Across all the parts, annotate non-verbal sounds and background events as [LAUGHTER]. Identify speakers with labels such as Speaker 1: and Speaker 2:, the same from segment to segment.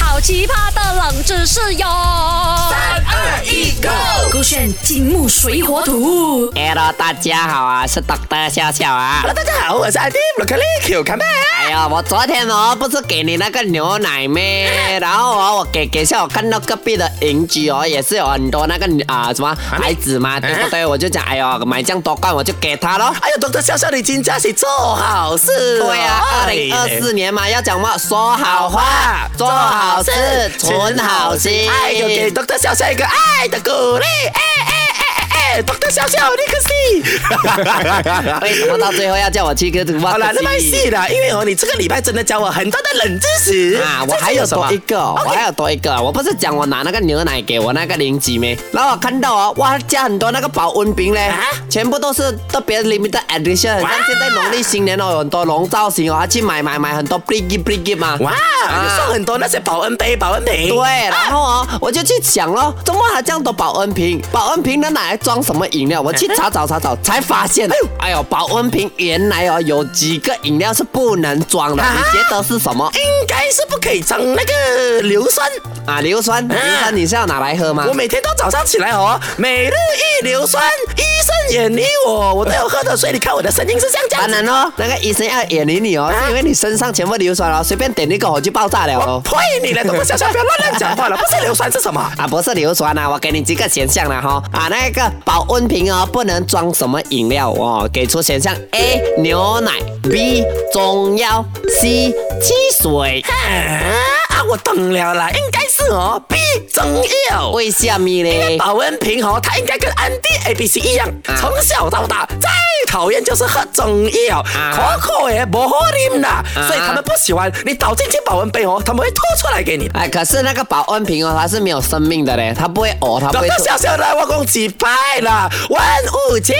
Speaker 1: 好奇葩的冷知识哟！三
Speaker 2: 二一，Go！
Speaker 1: 勾选金木水火土。
Speaker 3: Hello，大家好啊，是 Doctor 笑笑啊。
Speaker 2: Hello，大家好，我是 ID Broccoli Q 看妹。
Speaker 3: 哎呀，我昨天哦不是给你那个牛奶
Speaker 2: [LAUGHS]
Speaker 3: 咩？然后哦我给给下我看到隔壁的邻居哦也是有很多那个啊、什么孩子
Speaker 2: 啊
Speaker 3: 嘛，对不对？我就讲哎呦买这样多罐我就给他咯。
Speaker 2: 哎呦，懂得笑笑，你今家是做好事哦。
Speaker 3: 对呀、啊，二零二四年嘛，要讲嘛，说
Speaker 2: [LAUGHS]
Speaker 3: 好话，做好事，存好心。
Speaker 2: 哎呦，给懂得笑笑一个爱的鼓励，哎哎哎哎哎，懂得笑笑，你可
Speaker 3: 为
Speaker 2: 是。
Speaker 3: 什么哎到最后要叫我去跟读
Speaker 2: 好
Speaker 3: 好
Speaker 2: 了，那么是啦，因为哦，你这个礼拜真的教我很多的冷知识
Speaker 3: 啊，我
Speaker 2: 这次
Speaker 3: 还有
Speaker 2: 什
Speaker 3: 多
Speaker 2: 么
Speaker 3: 一个哦，我还有多一个哦。我不是讲我拿那个牛奶给我那个邻居咩？然后我看到哦，哇，加很多那个保温瓶嘞
Speaker 2: 啊，
Speaker 3: 全部都是特别 limited edition。很
Speaker 2: 哇
Speaker 3: 像现在农历新年哦，有很多龙造型哦，他去买买买很多 bling bling 嘛。
Speaker 2: 哇，你送很多那些保温杯、保温瓶。
Speaker 3: 对，然后哦，我就去想咯，怎么还这样多保温瓶？保温瓶能拿来装什么饮料？我去查找查找，才发现，哎呦，保温瓶原来哦有几个饮料是不能装的，
Speaker 2: 啊哎
Speaker 3: 你觉得是什么？
Speaker 2: 应该是不可以装那个硫酸。
Speaker 3: 啊，硫酸，硫酸你是要拿来喝吗
Speaker 2: 我？每天都早上起来哦，每日一硫酸，医生远离我，我都有喝的，所以你看我的声音是像这样
Speaker 3: 当
Speaker 2: 子。
Speaker 3: 然咯，啊那个医生要远离你哦，是因为你身上全部硫酸哦，随便点一口我就爆炸了
Speaker 2: 我
Speaker 3: 哦。
Speaker 2: 呸！你来，懂不小笑，不要乱乱讲话了。不是硫酸是什么？
Speaker 3: 啊，不是硫酸啊，我给你几个选项了哈。啊，那个保温瓶哦，不能装什么饮料哦。给出选项 A 牛奶，B 中药，C 汽水。
Speaker 2: 啊，我懂了啦，应该是哦，B 中药。
Speaker 3: 为什么嘞？
Speaker 2: 保温瓶哦，它应该跟安迪 A B C 一样，
Speaker 3: 啊
Speaker 2: 从小到大最讨厌就是喝中药，
Speaker 3: 啊
Speaker 2: 可可也不好啉啦，所以他们不喜欢你倒进去保温杯哦，他们会吐出来给你。
Speaker 3: 哎，可是那个保温瓶哦，它是没有生命的嘞，它不会呕，它不
Speaker 2: 懂
Speaker 3: 会 [LAUGHS]
Speaker 2: 得
Speaker 3: 吐。
Speaker 2: 小小的我讲几拜啦，万物皆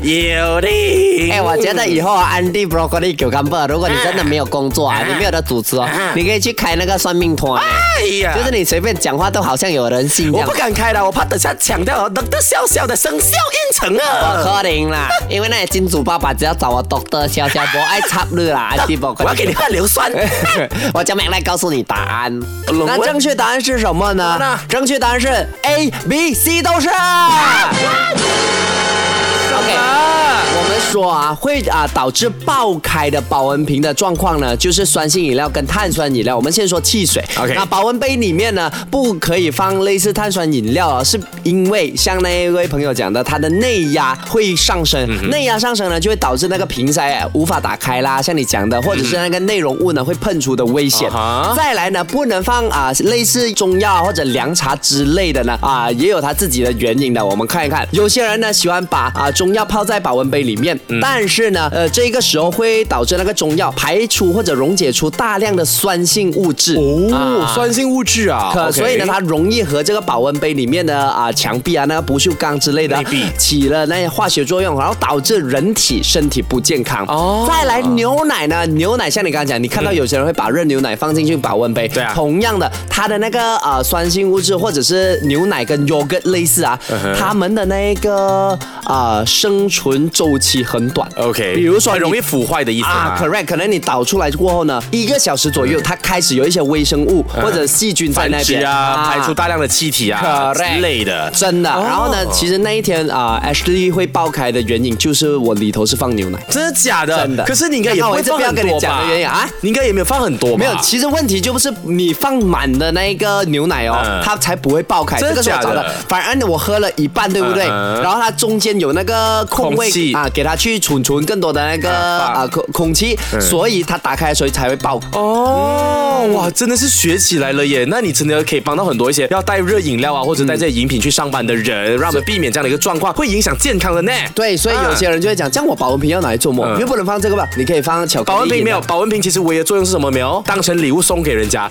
Speaker 2: 有灵。
Speaker 3: 哎、我觉得以后啊，安迪 broccoli 九干贝，如果你真的没有工作 [LAUGHS] 啊，你没有的主持哦，你可以去开那个算命团、啊
Speaker 2: 哎呀，
Speaker 3: 就是你随便讲话都好像有人信这
Speaker 2: 我
Speaker 3: 样
Speaker 2: 不。敢开了，我怕等下抢掉哦，懂得小小的生肖应承
Speaker 3: 不
Speaker 2: 啊。
Speaker 3: 可能啦，因为那些金主爸爸只要找我 doctor 笑笑，不爱插你啦，
Speaker 2: [LAUGHS]
Speaker 3: 安迪
Speaker 2: 我
Speaker 3: broccoli。
Speaker 2: 要给你喝硫酸。
Speaker 3: [LAUGHS] 我叫 Mac 来告诉你答案。
Speaker 2: 龙
Speaker 3: 那
Speaker 2: 问
Speaker 3: 正确答案是什么
Speaker 2: 什么
Speaker 3: 呢
Speaker 2: 呢？
Speaker 3: 正确答案是 A、B、C 都是。OK，我们说啊，会啊导致爆开的保温瓶的状况呢，就是酸性饮料跟碳酸饮料。我们先说汽水。
Speaker 2: OK
Speaker 3: 那保温杯里面呢，不可以放类似碳酸饮料啊，是因为像那一位朋友讲的，它的内压会上升，内压上升呢，就会导致那个瓶塞啊无法打开啦，像你讲的，或者是那个内容物呢会喷出的危险
Speaker 2: 啊哈。
Speaker 3: 再来呢，不能放啊类似中药或者凉茶之类的呢，啊也有它自己的原因的。我们看一看，有些人呢喜欢把啊中药泡在保温杯里面，
Speaker 2: 嗯
Speaker 3: 但是呢，呃这个时候会导致那个中药排出或者溶解出大量的酸性物质。
Speaker 2: 哦
Speaker 3: 啊
Speaker 2: 酸性物质啊
Speaker 3: 可
Speaker 2: OK
Speaker 3: 所以呢，它容易和这个保温杯里面的啊墙壁啊、那个不锈钢之类的
Speaker 2: 内壁
Speaker 3: 起了那些化学作用，然后导致人体身体不健康。
Speaker 2: 哦
Speaker 3: 再来牛奶呢，牛奶像你刚刚讲，你看到有些人会把热牛奶放进去保温杯，
Speaker 2: 对啊
Speaker 3: 同样的，它的那个呃酸性物质或者是牛奶跟 yogurt 类似啊，
Speaker 2: 嗯
Speaker 3: 它们的那个呃生存周期很短。
Speaker 2: OK，
Speaker 3: 比如说
Speaker 2: 很
Speaker 3: 你
Speaker 2: 容易腐坏的意思
Speaker 3: 啊
Speaker 2: 吗？
Speaker 3: ，correct，可能你导出来过后呢，一个小时左右，它开始有一些微生物或者细菌在
Speaker 2: 反
Speaker 3: 那
Speaker 2: 殖
Speaker 3: 边
Speaker 2: 啊，排出大哦量的气体啊
Speaker 3: correct
Speaker 2: 之类的。
Speaker 3: 真的。然后呢，其实那一天啊，Ashley 会爆开的原因就是我里头是放牛奶。
Speaker 2: 真的假的？
Speaker 3: 真的
Speaker 2: 可是你应该也不会放很
Speaker 3: 刚好我这边要跟
Speaker 2: 多
Speaker 3: 你讲
Speaker 2: 吧
Speaker 3: 的原因啊
Speaker 2: 你应该也没有放很多吧？
Speaker 3: 没有，其实问题就不是你放满的那个牛奶哦，
Speaker 2: 嗯
Speaker 3: 它才不会爆开。
Speaker 2: 真的
Speaker 3: 这个是我找
Speaker 2: 假
Speaker 3: 的
Speaker 2: 的，
Speaker 3: 反而我喝了一半，对不对？
Speaker 2: 嗯嗯
Speaker 3: 然后它中间有那个空位
Speaker 2: 空气
Speaker 3: 啊，给它去储存更多的那个
Speaker 2: 啊嗯
Speaker 3: 啊空空气，所以它打开的时候才会爆。
Speaker 2: 哦，
Speaker 3: 嗯
Speaker 2: 哇，真的是学起来了耶！那你真的可以帮到很多一些要带热饮
Speaker 3: 嗯
Speaker 2: 料啊，或者带这些饮品去上班的人，让我们避免这样的一个状况，会影响健康的呢。
Speaker 3: 对，所以有些人就会讲，这样我保温瓶要拿来做么？
Speaker 2: 嗯
Speaker 3: 又不能放这个吧？你可以放巧克力。
Speaker 2: 保温瓶没有，，保温瓶其实唯一的作用是什么？没有，当成礼物送给人
Speaker 3: [LAUGHS]
Speaker 2: 家。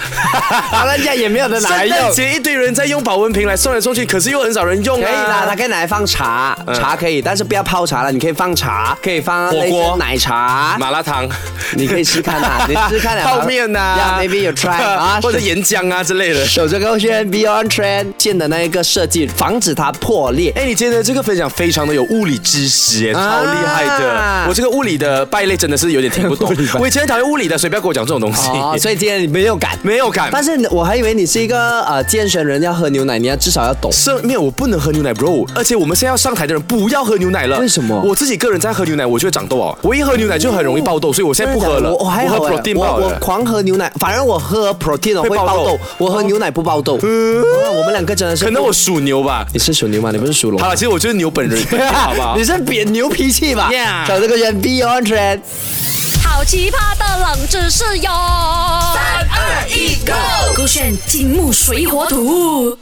Speaker 3: 当然人家也没有人拿来
Speaker 2: 圣
Speaker 3: 用。
Speaker 2: 诞节一堆人在用保温瓶来送来送去，可是又很少人用、啊。
Speaker 3: 可以啦，哎它可以拿来放茶，
Speaker 2: 嗯
Speaker 3: 茶可以，但是不要泡茶了，你可以放茶，可以放
Speaker 2: 火锅
Speaker 3: 类似奶茶，
Speaker 2: 麻辣烫。 [LAUGHS]
Speaker 3: 你可以试看啊，你试看啊，
Speaker 2: 泡面啊
Speaker 3: 呀，maybe 有
Speaker 2: [LAUGHS]
Speaker 3: try 啊，
Speaker 2: 或者岩浆啊之类的。
Speaker 3: 守着高轩 Beyond Trend 建的那一个设计，防止它破
Speaker 2: [LAUGHS]
Speaker 3: 裂。
Speaker 2: 哎，你今天的这个分享非常的有物理知识，哎，超厉害的！
Speaker 3: 啊
Speaker 2: 我这个物理的败类真的是有点听不懂啊
Speaker 3: 物理败，
Speaker 2: [LAUGHS]
Speaker 3: 类
Speaker 2: 我以前很讨厌物理的，所以不要跟我讲这种东西。
Speaker 3: 哦，所以今天你没有敢，
Speaker 2: 没有感，
Speaker 3: 但是我还以为你是一个呃健身人，要喝牛奶，你要至少要懂。
Speaker 2: 是没有，我不能喝牛奶，bro。而且我们现在要上台的人不要喝牛奶了。
Speaker 3: 为什么
Speaker 2: 我自己个人在喝牛奶，我就会长痘哦。我一喝牛奶就很容易爆痘，所以我现在不喝了。
Speaker 3: 我我还好
Speaker 2: 喝
Speaker 3: 哎
Speaker 2: protein
Speaker 3: 我
Speaker 2: 爆
Speaker 3: 我
Speaker 2: 了。
Speaker 3: 狂喝牛奶，反正我喝 protein 哦
Speaker 2: 会
Speaker 3: 会
Speaker 2: 爆
Speaker 3: 爆
Speaker 2: 痘
Speaker 3: 痘，我喝牛奶不爆痘。啊我们两个真的是，
Speaker 2: 可能我属牛吧。
Speaker 3: 你是属牛吗？你不是属龙？
Speaker 2: 好。了，其实我就是牛本 [LAUGHS] 人， [LAUGHS] 好不好
Speaker 3: [LAUGHS] 你是扁牛脾气吧
Speaker 2: Yeah
Speaker 3: 找这个人 Beyond Trend。
Speaker 1: 好奇葩的冷知识哟！三二一，Go！勾选金木水火土。